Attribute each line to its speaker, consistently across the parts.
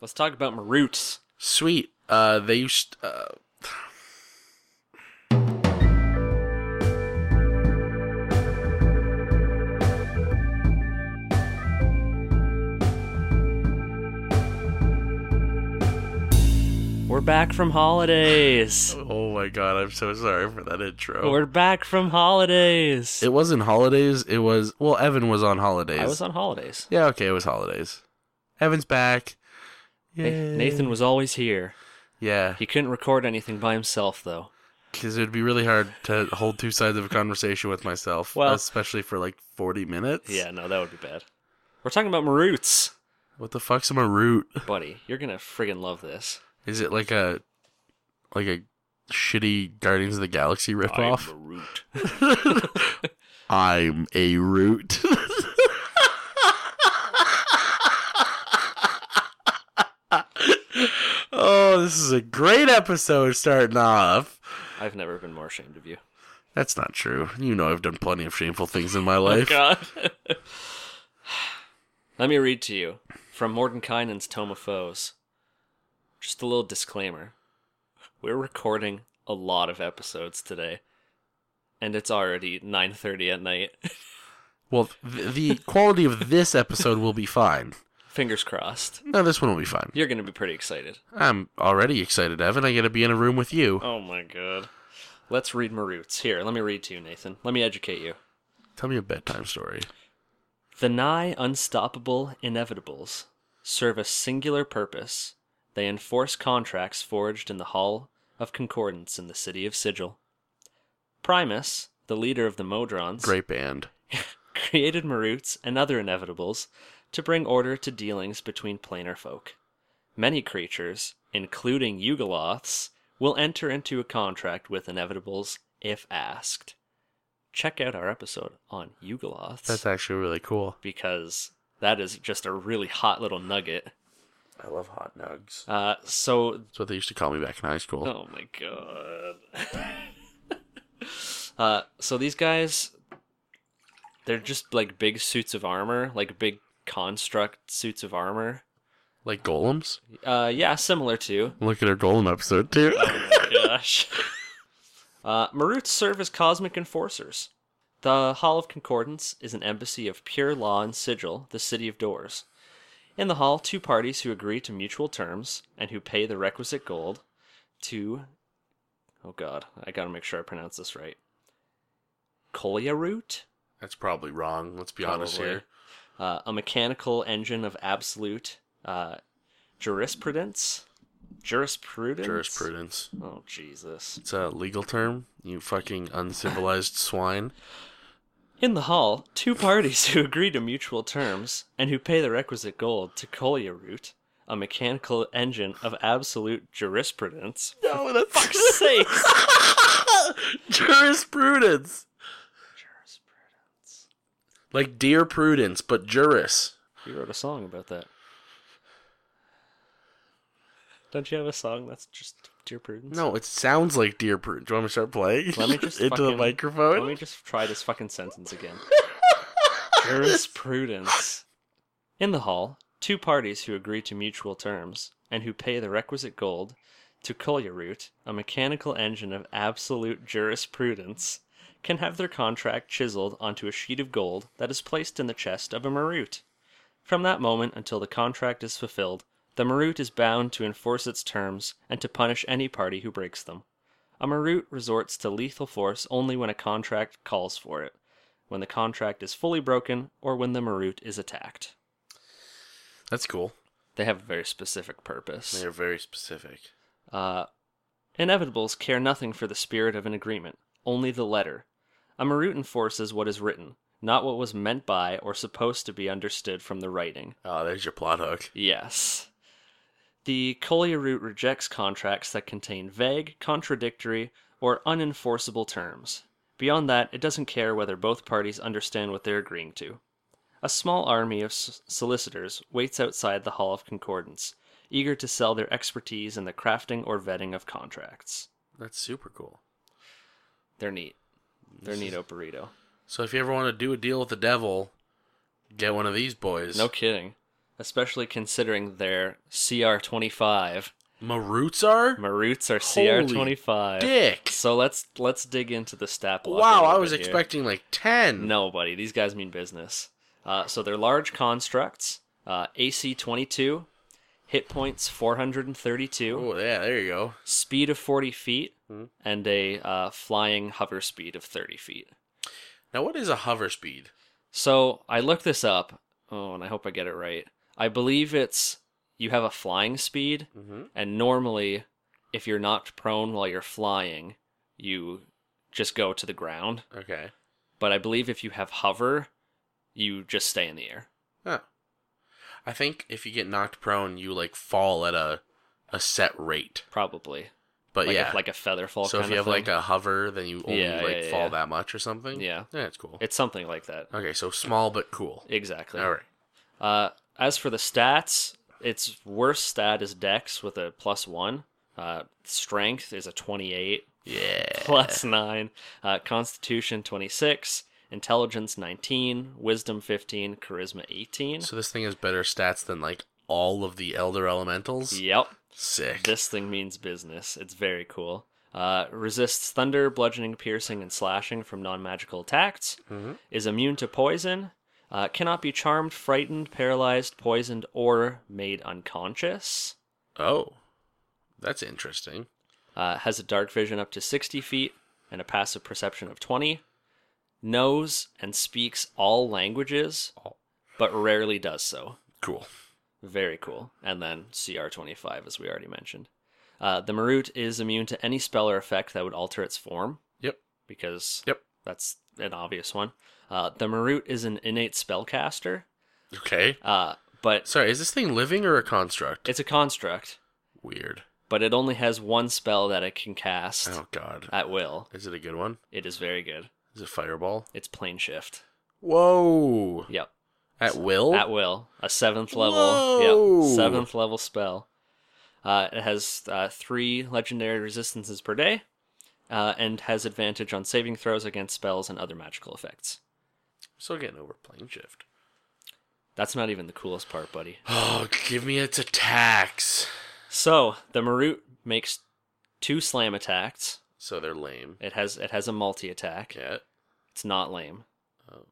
Speaker 1: Let's talk about Maroots.
Speaker 2: Sweet. Uh, they used. Uh,
Speaker 1: We're back from holidays.
Speaker 2: oh my god, I'm so sorry for that intro.
Speaker 1: We're back from holidays.
Speaker 2: it wasn't holidays. It was well, Evan was on holidays.
Speaker 1: I was on holidays.
Speaker 2: yeah, okay, it was holidays. Evan's back.
Speaker 1: Na-
Speaker 2: Yay.
Speaker 1: Nathan was always here.
Speaker 2: Yeah,
Speaker 1: He couldn't record anything by himself, though.
Speaker 2: because it would be really hard to hold two sides of a conversation with myself,
Speaker 1: Well-
Speaker 2: especially for like 40 minutes.
Speaker 1: Yeah, no, that would be bad. We're talking about Maroots.
Speaker 2: What the fuck's a maroot?
Speaker 1: Buddy, you're gonna friggin' love this.
Speaker 2: Is it like a like a shitty Guardians of the Galaxy ripoff?
Speaker 1: Maroot.
Speaker 2: I'm a root. oh, this is a great episode starting off.
Speaker 1: I've never been more ashamed of you.
Speaker 2: That's not true. You know I've done plenty of shameful things in my life.
Speaker 1: Oh, God. Let me read to you from Mordenkainen's Tome of Foes. Just a little disclaimer. We're recording a lot of episodes today, and it's already 9:30 at night.
Speaker 2: well, th- the quality of this episode will be fine.
Speaker 1: Fingers crossed.
Speaker 2: No, this one will be fine.
Speaker 1: You're going to be pretty excited.
Speaker 2: I'm already excited, Evan. I get to be in a room with you.
Speaker 1: Oh my god. Let's read Maroots. Here, let me read to you, Nathan. Let me educate you.
Speaker 2: Tell me a bedtime story.
Speaker 1: The nigh unstoppable inevitables serve a singular purpose. They enforce contracts forged in the Hall of Concordance in the city of Sigil. Primus, the leader of the Modrons,
Speaker 2: Great band.
Speaker 1: created Maroots and other inevitables to bring order to dealings between planar folk. Many creatures, including Yugoloths, will enter into a contract with inevitables if asked. Check out our episode on Yugoloths
Speaker 2: That's actually really cool.
Speaker 1: because that is just a really hot little nugget.
Speaker 2: I love hot nugs.
Speaker 1: Uh, so,
Speaker 2: That's what they used to call me back in high school.
Speaker 1: oh my god. uh, so these guys, they're just like big suits of armor, like big construct suits of armor.
Speaker 2: Like golems?
Speaker 1: Uh, yeah, similar to.
Speaker 2: Look at our golem episode too.
Speaker 1: Gosh. Uh, Maroots serve as cosmic enforcers. The Hall of Concordance is an embassy of pure law in Sigil, the City of Doors. In the hall, two parties who agree to mutual terms and who pay the requisite gold to. Oh god, I gotta make sure I pronounce this right. Colia Root?
Speaker 2: That's probably wrong. Let's be honest
Speaker 1: Probably.
Speaker 2: here.
Speaker 1: Uh, a mechanical engine of absolute uh, jurisprudence? Jurisprudence?
Speaker 2: Jurisprudence.
Speaker 1: Oh, Jesus.
Speaker 2: It's a legal term. You fucking uncivilized swine.
Speaker 1: In the hall, two parties who agree to mutual terms and who pay the requisite gold to Colia Root, a mechanical engine of absolute jurisprudence.
Speaker 2: No, that's
Speaker 1: Fuck's sakes!
Speaker 2: jurisprudence. Like dear prudence, but juris.
Speaker 1: You wrote a song about that. Don't you have a song that's just Dear Prudence?
Speaker 2: No, it sounds like dear prudence. Do you want me to start playing?
Speaker 1: Let me just
Speaker 2: into the
Speaker 1: fucking-
Speaker 2: microphone.
Speaker 1: Let me just try this fucking sentence again. Jurisprudence. In the hall, two parties who agree to mutual terms and who pay the requisite gold to Colliaroot, a mechanical engine of absolute jurisprudence, can have their contract chiseled onto a sheet of gold that is placed in the chest of a maroot. From that moment until the contract is fulfilled, the maroot is bound to enforce its terms and to punish any party who breaks them. A maroot resorts to lethal force only when a contract calls for it, when the contract is fully broken, or when the maroot is attacked.
Speaker 2: That's cool.
Speaker 1: They have a very specific purpose.
Speaker 2: They're very specific.
Speaker 1: Uh, inevitables care nothing for the spirit of an agreement, only the letter. A maroot enforces what is written, not what was meant by or supposed to be understood from the writing.
Speaker 2: Oh, there's your plot hook.
Speaker 1: Yes. The Colia route rejects contracts that contain vague, contradictory, or unenforceable terms. Beyond that, it doesn't care whether both parties understand what they're agreeing to. A small army of s- solicitors waits outside the Hall of Concordance, eager to sell their expertise in the crafting or vetting of contracts.
Speaker 2: That's super cool.
Speaker 1: They're neat. They're neato burrito.
Speaker 2: So if you ever want to do a deal with the devil, get one of these boys.
Speaker 1: No kidding. especially considering their CR25.
Speaker 2: Maroots are
Speaker 1: Maroots are
Speaker 2: Holy
Speaker 1: CR25.
Speaker 2: dick.
Speaker 1: So let's let's dig into the stat block. a
Speaker 2: Wow,
Speaker 1: little
Speaker 2: I
Speaker 1: bit
Speaker 2: was
Speaker 1: here.
Speaker 2: expecting like ten.
Speaker 1: No, buddy, these guys mean business. Uh, so they're large constructs. Uh, AC 22, hit points 432,
Speaker 2: Oh yeah, there you go.
Speaker 1: speed of 40 feet,
Speaker 2: Mhm.
Speaker 1: and a uh, flying hover speed of 30 feet.
Speaker 2: Now what is a hover speed?
Speaker 1: So I looked this up. Oh, and I hope I get it right. I believe it's you have a flying speed,
Speaker 2: Mm-hmm.
Speaker 1: and normally, if you're knocked prone while you're flying, you just go to the ground.
Speaker 2: Okay.
Speaker 1: But I believe if you have hover, you just stay in the air.
Speaker 2: Huh. I think if you get knocked prone, you like fall at a a set rate.
Speaker 1: Probably.
Speaker 2: But
Speaker 1: like
Speaker 2: yeah,
Speaker 1: a, like a feather fall.
Speaker 2: so if
Speaker 1: kind
Speaker 2: you
Speaker 1: of
Speaker 2: have like
Speaker 1: thing.
Speaker 2: a hover, then you only
Speaker 1: Yeah,
Speaker 2: like
Speaker 1: yeah,
Speaker 2: fall
Speaker 1: yeah.
Speaker 2: that much or something.
Speaker 1: yeah,
Speaker 2: that's cool.
Speaker 1: it's something like that.
Speaker 2: Okay, so small but cool.
Speaker 1: Exactly.
Speaker 2: All right.
Speaker 1: Uh, as for the stats, its worst stat is Dex with a plus one. Uh, strength is a twenty-eight.
Speaker 2: Yeah.
Speaker 1: plus nine, uh, Constitution twenty six, Intelligence nineteen, Wisdom fifteen, Charisma eighteen.
Speaker 2: So this thing has better stats than like all of the elder elementals.
Speaker 1: Yep,
Speaker 2: Sick.
Speaker 1: this thing means business. It's very cool. Uh, resists thunder, bludgeoning, piercing, and slashing from non magical attacks.
Speaker 2: Mhm.
Speaker 1: Is immune to poison. Uh, cannot be charmed, frightened, paralyzed, poisoned, or made unconscious.
Speaker 2: Oh, that's interesting.
Speaker 1: Uh, has a dark vision up to 60 feet and a passive perception of 20. Knows and speaks all languages, but rarely does so.
Speaker 2: Cool.
Speaker 1: Very cool. And then CR25, as we already mentioned. Uh, the Marut is immune to any spell or effect that would alter its form.
Speaker 2: Yep.
Speaker 1: Because
Speaker 2: Yep.
Speaker 1: that's an obvious one. Uh, the Marut is an innate spellcaster,
Speaker 2: Okay.
Speaker 1: uh, but
Speaker 2: Sorry, is this thing living or a construct?
Speaker 1: it's a construct,
Speaker 2: Weird.
Speaker 1: but it only has one spell that it can cast
Speaker 2: Oh God.
Speaker 1: at will.
Speaker 2: Is it a good one?
Speaker 1: It is very good.
Speaker 2: Is it fireball?
Speaker 1: It's plane shift.
Speaker 2: Whoa.
Speaker 1: Yep.
Speaker 2: At will.
Speaker 1: At will. A seventh level.
Speaker 2: Oh. Whoa.
Speaker 1: Yep. Seventh level spell. Uh, it has uh, three legendary resistances per day, uh, and has advantage on saving throws against spells and other magical effects.
Speaker 2: Still getting over plane shift.
Speaker 1: That's not even the coolest part, buddy.
Speaker 2: Oh, give me its attacks.
Speaker 1: So the Marut makes two slam attacks.
Speaker 2: So they're lame.
Speaker 1: It has it has a multi attack.
Speaker 2: Yeah.
Speaker 1: It's not lame.
Speaker 2: Oh.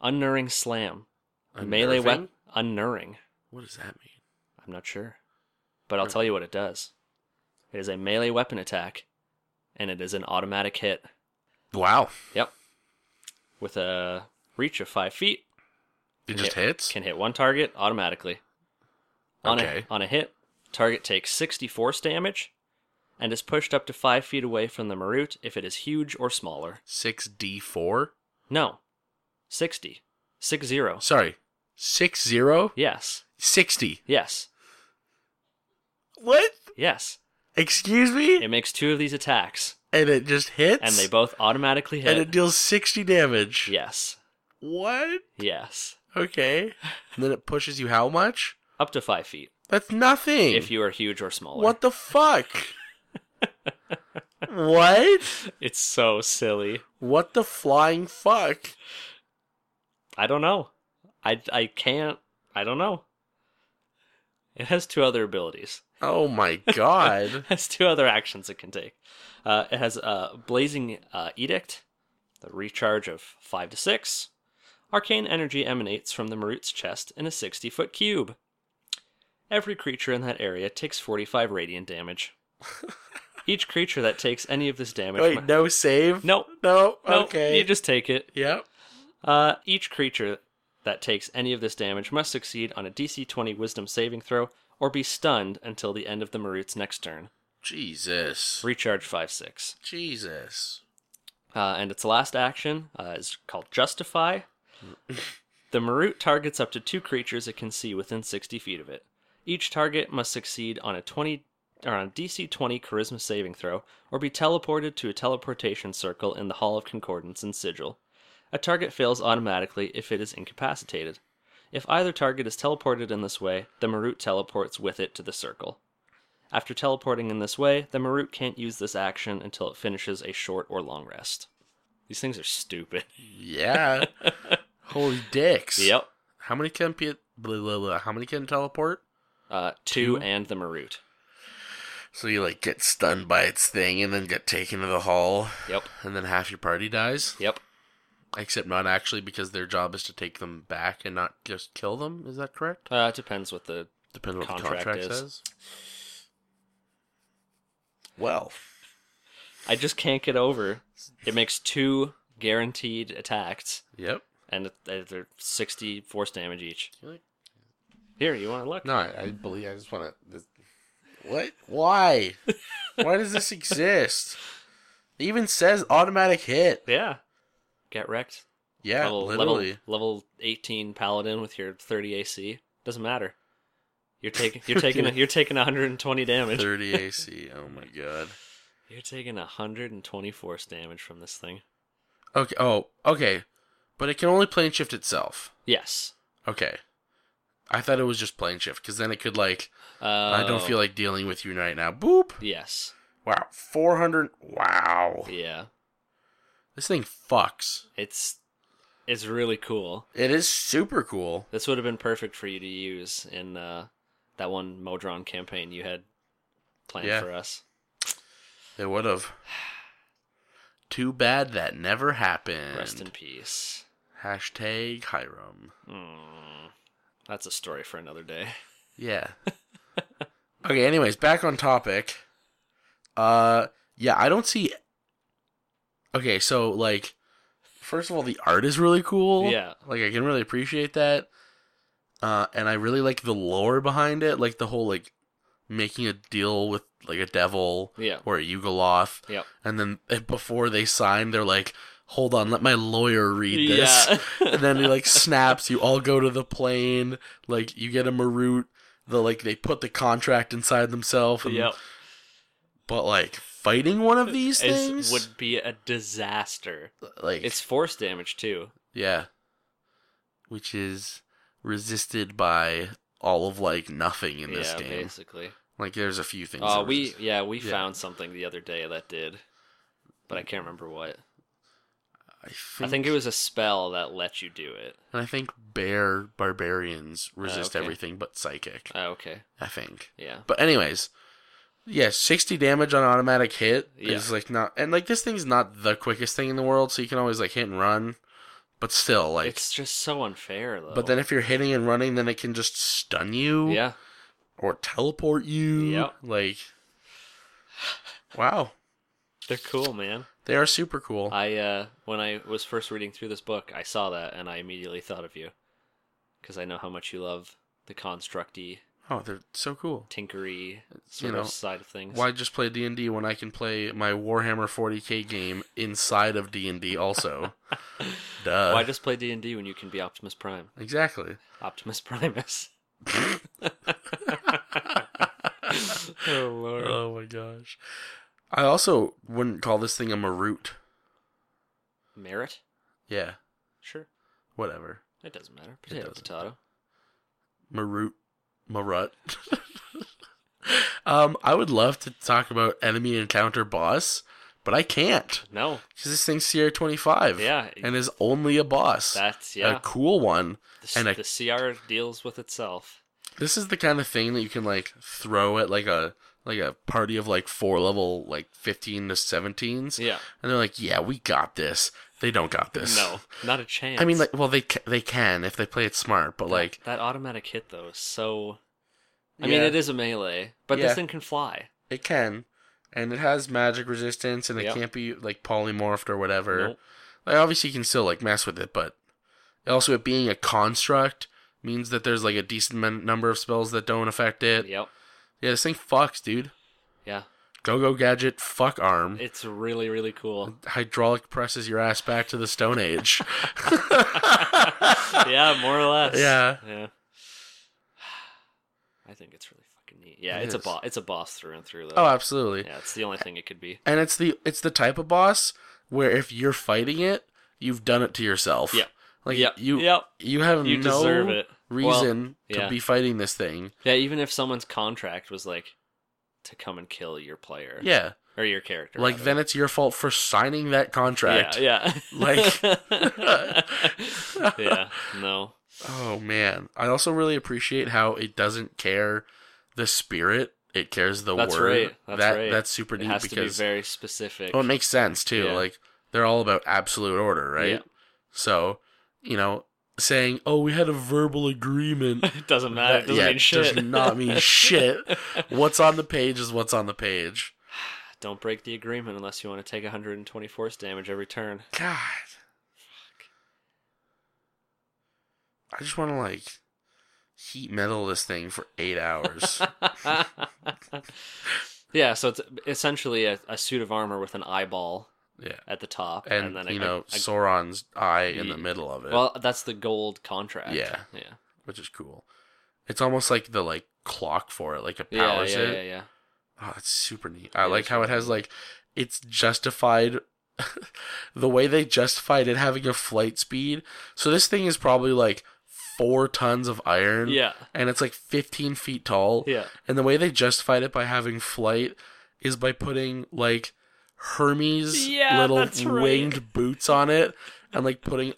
Speaker 1: Unnerring slam. A Melee
Speaker 2: Unnerving?
Speaker 1: weapon. Unnerring.
Speaker 2: What does that mean?
Speaker 1: I'm not sure. But I'll
Speaker 2: Hmm.
Speaker 1: tell you what it does. It is a melee weapon attack, and it is an automatic hit
Speaker 2: Wow.
Speaker 1: with a reach of five feet.
Speaker 2: It just hits.
Speaker 1: Can hit one target automatically. On
Speaker 2: Okay.
Speaker 1: a on a hit, target takes sixty force damage, and is pushed up to five feet away from the Marut if it is huge or smaller.
Speaker 2: Six D four.
Speaker 1: No. Sixty. Six zero.
Speaker 2: Sorry. Six zero.
Speaker 1: Yes.
Speaker 2: Sixty.
Speaker 1: Yes.
Speaker 2: What?
Speaker 1: Yes.
Speaker 2: Excuse me?
Speaker 1: It makes two of these attacks,
Speaker 2: and it just hits.
Speaker 1: and they both automatically hit.
Speaker 2: and it deals sixty damage.
Speaker 1: yes.
Speaker 2: What?
Speaker 1: Yes.
Speaker 2: Okay. And then it pushes you how much?
Speaker 1: Up to five feet.
Speaker 2: That's nothing.
Speaker 1: if you are huge or smaller.
Speaker 2: what the fuck? what?
Speaker 1: It's so silly.
Speaker 2: What the flying fuck?
Speaker 1: I don't know. I I can't. I don't know. It has two other abilities.
Speaker 2: Oh my god.
Speaker 1: It has two other actions it can take. Uh, it has uh, blazing uh, edict, the recharge of five to six. Arcane energy emanates from the Marut's chest in a sixty-foot cube. Every creature in that area takes forty-five radiant damage. Each creature that takes any of this damage, mu-
Speaker 2: Wait, no save?
Speaker 1: no,
Speaker 2: No?
Speaker 1: no,
Speaker 2: okay.
Speaker 1: you just take it.
Speaker 2: Yep.
Speaker 1: Uh, each creature that takes any of this damage must succeed on a DC 20 Wisdom saving throw or be stunned until the end of the Marut's next turn.
Speaker 2: Jesus.
Speaker 1: Recharge 5 6.
Speaker 2: Jesus.
Speaker 1: Uh, and its last action uh, is called Justify. the Marut targets up to two creatures it can see within 60 feet of it. Each target must succeed on a 20 or on a DC 20 Charisma saving throw or be teleported to a teleportation circle in the Hall of Concordance and Sigil. A target fails automatically if it is incapacitated. If either target is teleported in this way, the Marut teleports with it to the circle. After teleporting in this way, the Marut can't use this action until it finishes a short or long rest. These things are stupid.
Speaker 2: Yeah. Holy dicks.
Speaker 1: Yep.
Speaker 2: How many can pe- blah, blah, blah, how many can teleport?
Speaker 1: Uh, two,
Speaker 2: Two?
Speaker 1: and the Marut.
Speaker 2: So you like get stunned by its thing and then get taken to the hall,
Speaker 1: Yep.
Speaker 2: and then half your party dies.
Speaker 1: Yep.
Speaker 2: Except not actually, because their job is to take them back and not just kill them. Is that correct?
Speaker 1: Uh, it depends what the
Speaker 2: Depends what the
Speaker 1: Contract
Speaker 2: contract
Speaker 1: is.
Speaker 2: says. Well,
Speaker 1: I just can't get over. It makes two guaranteed attacks,
Speaker 2: yep.
Speaker 1: and it- uh, they're 60 force damage each.
Speaker 2: Really?
Speaker 1: Here, you want to look?
Speaker 2: No, I, I believe I just want to. What? Why? Why does this exist? It even says automatic hit.
Speaker 1: Yeah. Get wrecked.
Speaker 2: Yeah,
Speaker 1: level,
Speaker 2: literally.
Speaker 1: Level, level 18 paladin with your 30 AC. Doesn't matter. You're taking you're taking you're taking 120 damage.
Speaker 2: 30 AC. Oh my god.
Speaker 1: You're taking 120 force damage from this thing.
Speaker 2: Okay. Oh, okay. But it can only plane shift itself.
Speaker 1: Yes.
Speaker 2: Okay. I thought it was just plane shift because then it could like
Speaker 1: Uh,
Speaker 2: I don't feel like dealing with you right now. Boop.
Speaker 1: Oh, Yes.
Speaker 2: Wow. 400. Wow.
Speaker 1: Yeah.
Speaker 2: This thing fucks.
Speaker 1: It's it's really cool.
Speaker 2: It is super cool.
Speaker 1: This would have been perfect for you to use in uh, that one Modron campaign you had planned
Speaker 2: Yeah.
Speaker 1: for us.
Speaker 2: It would have. Too bad that never happened.
Speaker 1: Rest in peace.
Speaker 2: Hashtag Hiram.
Speaker 1: Mm, that's a story for another day.
Speaker 2: Yeah. okay, anyways, back on topic. Uh yeah, I don't see Okay, so like first of all the art is really cool.
Speaker 1: Yeah.
Speaker 2: Like I can really appreciate that. Uh and I really like the lore behind it, like the whole like making a deal with like a devil
Speaker 1: Yeah.
Speaker 2: or a Yugoloth.
Speaker 1: Yep.
Speaker 2: And then eh, before they sign, they're like, "Hold on, let my lawyer read this."
Speaker 1: Yeah.
Speaker 2: and then he like snaps you all go to the plane like you get a maroot the like they put the contract inside themselves and,
Speaker 1: yep.
Speaker 2: but like fighting one of these
Speaker 1: It's-
Speaker 2: things
Speaker 1: would be a disaster.
Speaker 2: like
Speaker 1: It's force damage too.
Speaker 2: yeah which is resisted by all of like nothing in this
Speaker 1: yeah,
Speaker 2: game
Speaker 1: basically.
Speaker 2: like there's a few things
Speaker 1: Uh,
Speaker 2: that
Speaker 1: we
Speaker 2: resist-
Speaker 1: yeah we
Speaker 2: Yeah.
Speaker 1: found something the other day that did, but I can't remember what.
Speaker 2: I
Speaker 1: I
Speaker 2: think,
Speaker 1: think it was a spell that let you do it.
Speaker 2: and I think bear barbarians resist
Speaker 1: Uh, okay.
Speaker 2: everything but psychic
Speaker 1: Oh, okay,
Speaker 2: I think
Speaker 1: yeah,
Speaker 2: But anyways, yeah, sixty damage on automatic hit
Speaker 1: Yeah.
Speaker 2: is like not, and like this thing's not the quickest thing in the world, so you can always like hit and run. But still, like,
Speaker 1: it's just so unfair though.
Speaker 2: but then if you're hitting and running, then it can just stun you,
Speaker 1: yeah,
Speaker 2: or teleport you,
Speaker 1: Yep.
Speaker 2: Like, wow,
Speaker 1: they're cool, man.
Speaker 2: they are super cool.
Speaker 1: I uh, when I was first reading through this book, I saw that and I immediately thought of you, because I know how much you love the constructy,
Speaker 2: oh, they're so cool.
Speaker 1: tinkery sort
Speaker 2: know,
Speaker 1: of side of things.
Speaker 2: Why just play D and D when I can play my Warhammer 40k game inside of D and D also? Duh.
Speaker 1: Why just play D and D when you can be Optimus Prime?
Speaker 2: exactly.
Speaker 1: Optimus Primus. oh lord.
Speaker 2: Oh my gosh. I also wouldn't call this thing a maroot.
Speaker 1: Merit?
Speaker 2: Yeah,
Speaker 1: Sure.
Speaker 2: whatever.
Speaker 1: It doesn't matter. Potato,
Speaker 2: doesn't.
Speaker 1: potato.
Speaker 2: Maroot. Marut. um, I would love to talk about enemy encounter boss, but I can't.
Speaker 1: No.
Speaker 2: Because this thing's CR 25.
Speaker 1: Yeah.
Speaker 2: And is only a boss.
Speaker 1: That's yeah.
Speaker 2: A cool one.
Speaker 1: the,
Speaker 2: and a-
Speaker 1: the CR deals with itself.
Speaker 2: This is the kind of thing that you can like throw at like a like a party of like four level like fifteen to seventeens,
Speaker 1: Yeah.
Speaker 2: and they're like, "Yeah, we got this." They don't got this.
Speaker 1: No. Not a chance.
Speaker 2: I mean, like, well, they ca- they can if they play it smart, but like,
Speaker 1: that automatic hit though is so I mean it is a melee, but
Speaker 2: Yeah.
Speaker 1: this thing can fly.
Speaker 2: it can, and it has magic resistance, and it
Speaker 1: Yep.
Speaker 2: can't be like polymorphed or whatever.
Speaker 1: Nope.
Speaker 2: Like, obviously, you can still like mess with it, but also it being a construct means that there's like a decent men- number of spells that don't affect it.
Speaker 1: Yep.
Speaker 2: Yeah, this thing fucks, dude.
Speaker 1: Yeah.
Speaker 2: Go go gadget, fuck arm.
Speaker 1: It's really, really cool.
Speaker 2: Hydraulic presses your ass back to the Stone Age.
Speaker 1: yeah, more or less.
Speaker 2: Yeah.
Speaker 1: Yeah. I think it's really fucking neat. Yeah,
Speaker 2: It
Speaker 1: it's a
Speaker 2: is.
Speaker 1: boss it's a boss through and through though.
Speaker 2: oh, absolutely.
Speaker 1: Yeah, it's the only thing it could be.
Speaker 2: and it's the it's the type of boss where if you're fighting it, you've done it to yourself.
Speaker 1: Yep.
Speaker 2: Like
Speaker 1: yep.
Speaker 2: you
Speaker 1: yep.
Speaker 2: you have
Speaker 1: You
Speaker 2: no
Speaker 1: deserve it. Well,
Speaker 2: reason
Speaker 1: yeah.
Speaker 2: to be fighting this thing.
Speaker 1: yeah, even if someone's contract was like to come and kill your player.
Speaker 2: Yeah.
Speaker 1: Or your character.
Speaker 2: Like
Speaker 1: rather.
Speaker 2: then it's your fault for signing that contract.
Speaker 1: Yeah, yeah.
Speaker 2: Like-
Speaker 1: yeah. No.
Speaker 2: Oh man, I also really appreciate how it doesn't care the spirit; it cares the
Speaker 1: That's
Speaker 2: word.
Speaker 1: right, that's
Speaker 2: that
Speaker 1: right.
Speaker 2: that's super
Speaker 1: It
Speaker 2: neat
Speaker 1: has to be
Speaker 2: because
Speaker 1: very specific.
Speaker 2: well, it makes sense too.
Speaker 1: Yeah.
Speaker 2: Like they're all about absolute order, right?
Speaker 1: Yeah.
Speaker 2: So you know, saying "Oh, we had a verbal agreement."
Speaker 1: it doesn't matter. It
Speaker 2: that-
Speaker 1: doesn't
Speaker 2: yeah,
Speaker 1: mean shit.
Speaker 2: Does not mean shit. What's on the page is what's on the page.
Speaker 1: Don't break the agreement unless you want to take 120 force damage every turn.
Speaker 2: God. I just want to like heat metal this thing for eight hours.
Speaker 1: yeah, so it's essentially a, a suit of armor with an eyeball
Speaker 2: yeah.
Speaker 1: at the top,
Speaker 2: And,
Speaker 1: then a-
Speaker 2: you
Speaker 1: a-
Speaker 2: know,
Speaker 1: a-
Speaker 2: Sauron's eye in the
Speaker 1: Ye-
Speaker 2: middle of it,
Speaker 1: well, that's the gold contract.
Speaker 2: Yeah.
Speaker 1: yeah,
Speaker 2: which is cool. It's almost like the like clock for it, like it
Speaker 1: yeah,
Speaker 2: powers
Speaker 1: yeah,
Speaker 2: it.
Speaker 1: yeah, yeah.
Speaker 2: Oh, it's super neat. I
Speaker 1: Yeah,
Speaker 2: like
Speaker 1: it's
Speaker 2: how it
Speaker 1: really
Speaker 2: has
Speaker 1: cool.
Speaker 2: like it's justified the way they justified it having a flight speed. So this thing is probably like four tons of iron.
Speaker 1: Yeah,
Speaker 2: And it's like fifteen feet tall.
Speaker 1: yeah.
Speaker 2: And the way they justified it by having flight is by putting like Hermes
Speaker 1: Yeah,
Speaker 2: little
Speaker 1: that's right.
Speaker 2: winged boots on it and like putting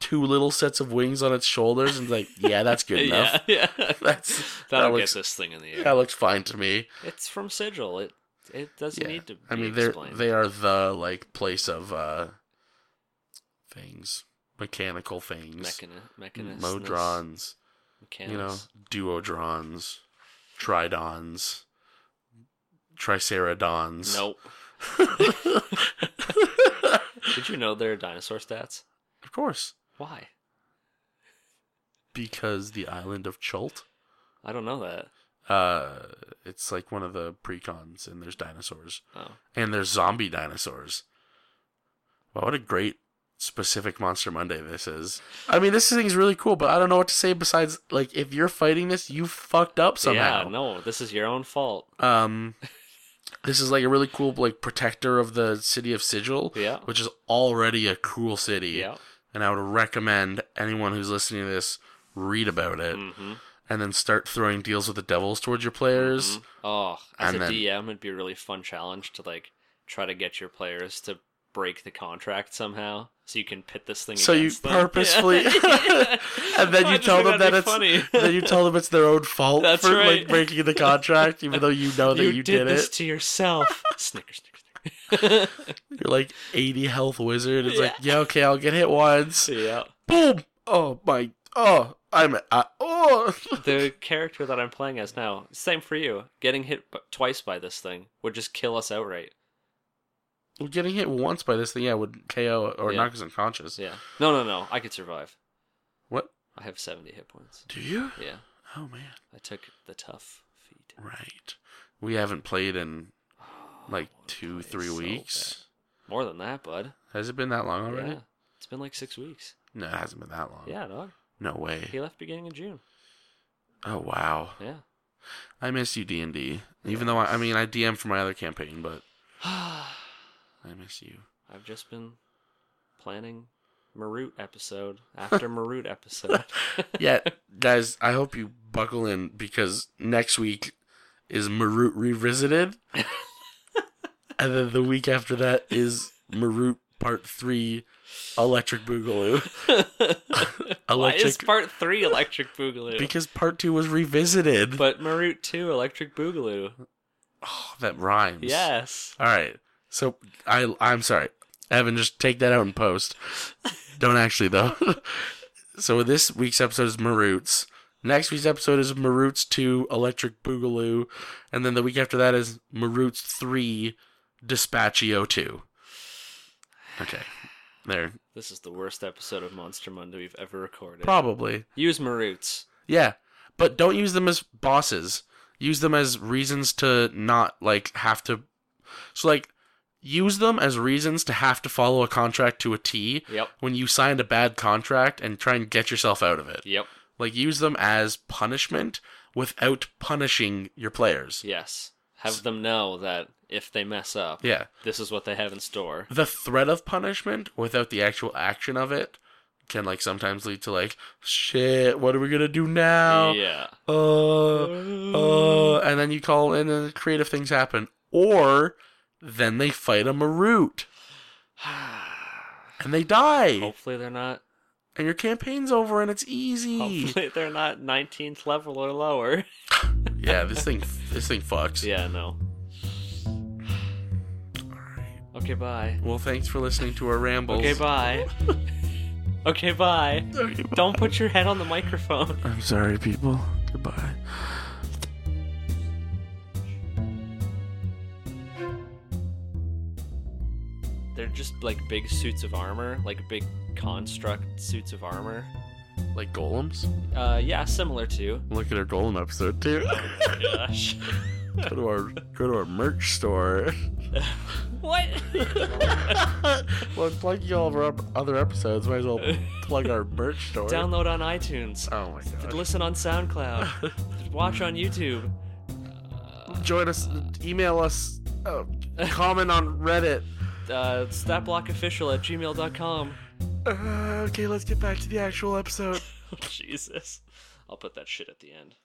Speaker 2: two little sets of wings on its shoulders and like, yeah, that's good enough.
Speaker 1: Yeah, yeah.
Speaker 2: That's
Speaker 1: That'll
Speaker 2: that
Speaker 1: get
Speaker 2: looks,
Speaker 1: this thing in the air.
Speaker 2: that looks fine to me.
Speaker 1: It's from Sigil. It it doesn't
Speaker 2: Yeah.
Speaker 1: need to. Be
Speaker 2: I mean, they're
Speaker 1: explained.
Speaker 2: they are the like place of uh things, mechanical things,
Speaker 1: Mechani- mechanist-
Speaker 2: modrons, you know,
Speaker 1: mechanics.
Speaker 2: duodrons, tridons, triceradons.
Speaker 1: Nope. Did you know there are dinosaur stats?
Speaker 2: of course,
Speaker 1: Why?
Speaker 2: because the island of Chult,
Speaker 1: I don't know that.
Speaker 2: uh, it's like one of the precons, and there's dinosaurs,
Speaker 1: Oh.
Speaker 2: and there's zombie dinosaurs. Wow, what a great specific Monster Monday this is. I mean, this thing's really cool, but I don't know what to say besides like if you're fighting this, you fucked up somehow.
Speaker 1: Yeah, no, this is your own fault.
Speaker 2: Um, this is like a really cool like protector of the city of Sigil,
Speaker 1: Yeah.
Speaker 2: which is already a cool city.
Speaker 1: Yeah.
Speaker 2: And I would recommend anyone who's listening to this read about it
Speaker 1: Mm-hmm.
Speaker 2: and then start throwing deals with the devils towards your players.
Speaker 1: Oh, as
Speaker 2: And
Speaker 1: a
Speaker 2: then-
Speaker 1: DM, it'd be a really fun challenge to like try to get your players to break the contract somehow, so you can pit this thing.
Speaker 2: So you
Speaker 1: against them.
Speaker 2: purposefully-
Speaker 1: Yeah.
Speaker 2: And then
Speaker 1: I
Speaker 2: you
Speaker 1: just
Speaker 2: tell
Speaker 1: think
Speaker 2: them
Speaker 1: that'd
Speaker 2: that
Speaker 1: be
Speaker 2: then you tell them it's their own fault
Speaker 1: That's
Speaker 2: for
Speaker 1: right.
Speaker 2: like breaking the contract, even though you know that you,
Speaker 1: did,
Speaker 2: did,
Speaker 1: this
Speaker 2: it.
Speaker 1: to yourself. snicker, snicker, snicker.
Speaker 2: You're like 80 health wizard. It's like, yeah, okay, I'll get hit once.
Speaker 1: yeah.
Speaker 2: Boom! Oh my! Oh, I'm I, oh.
Speaker 1: The character that I'm playing as now, same for you. Getting hit b- twice by this thing would just kill us outright.
Speaker 2: Well, Getting hit once by this thing, yeah, would KO or
Speaker 1: Yeah.
Speaker 2: knock us unconscious.
Speaker 1: Yeah. No, no, no. I could survive.
Speaker 2: What?
Speaker 1: I have 70 hit points.
Speaker 2: Do you?
Speaker 1: Yeah.
Speaker 2: Oh man,
Speaker 1: I took the tough feat.
Speaker 2: right. We haven't played in
Speaker 1: Oh,
Speaker 2: like
Speaker 1: I wanna
Speaker 2: two,
Speaker 1: play
Speaker 2: three
Speaker 1: so
Speaker 2: weeks.
Speaker 1: bad. More than that, bud.
Speaker 2: Has it been that long already?
Speaker 1: Yeah. It's been like six weeks.
Speaker 2: No, it hasn't been that long.
Speaker 1: Yeah, dog.
Speaker 2: No way.
Speaker 1: He left beginning of June.
Speaker 2: Oh wow.
Speaker 1: Yeah.
Speaker 2: I miss you, D and D. Even though I, I mean I DM for my other campaign, but I miss you.
Speaker 1: I've just been planning Marut episode after Marut episode.
Speaker 2: Yeah, guys, I hope you buckle in because next week is Marut Revisited, and then the week after that is Marut Part Three, Electric Boogaloo.
Speaker 1: Why is
Speaker 2: Electric
Speaker 1: part three Electric Boogaloo?
Speaker 2: because Part Two was revisited.
Speaker 1: But Marut 2 Electric Boogaloo.
Speaker 2: oh, that rhymes.
Speaker 1: Yes.
Speaker 2: All right. So I I'm sorry. Evan, just take that out and post. Don't actually though. so this week's episode is Maroots. Next week's episode is Maroots 2 Electric Boogaloo. And then the week after that is Maroots 3 Dispatchio 2. Okay. There.
Speaker 1: This is the worst episode of Monster Monday we've ever recorded.
Speaker 2: Probably.
Speaker 1: Use Maruts.
Speaker 2: Yeah. But don't use them as bosses. Use them as reasons to not like have to so like use them as reasons to have to follow a contract to a T
Speaker 1: Yep.
Speaker 2: when you signed a bad contract and try and get yourself out of it.
Speaker 1: Yep.
Speaker 2: Like use them as punishment without punishing your players.
Speaker 1: Yes. Have them know that if they mess up,
Speaker 2: Yeah.
Speaker 1: this is what they have in store.
Speaker 2: The threat of punishment without the actual action of it can like sometimes lead to like shit, what are we going to do now?
Speaker 1: Yeah.
Speaker 2: Uh uh, and then you call in and creative things happen. Or then they fight a Marut and they die.
Speaker 1: Oh. Hopefully they're not
Speaker 2: and your campaign's over and it's easy.
Speaker 1: Hopefully they're not 19th level or lower.
Speaker 2: yeah, this thing this thing fucks.
Speaker 1: Yeah, no. Okay, bye.
Speaker 2: Well, thanks for listening to our rambles.
Speaker 1: Okay, bye. okay, bye.
Speaker 2: Okay, bye.
Speaker 1: Don't put your head on the microphone.
Speaker 2: I'm sorry, people. Goodbye.
Speaker 1: They're just like big suits of armor, like big construct suits of armor.
Speaker 2: Like golems?
Speaker 1: Uh, yeah, similar to.
Speaker 2: Look at our golem episode too.
Speaker 1: Gosh.
Speaker 2: go to our go to our merch store.
Speaker 1: what?
Speaker 2: well, I'm plugging all of our op- other episodes. Might as well plug our merch store.
Speaker 1: Download on iTunes.
Speaker 2: oh my god!
Speaker 1: Listen on SoundCloud. Watch on YouTube.
Speaker 2: Join us. Email us. Uh, comment on Reddit.
Speaker 1: Uh, statblockofficial at gmail.com.
Speaker 2: Uh, okay, let's get back to the actual episode.
Speaker 1: Jesus. I'll put that shit at the end.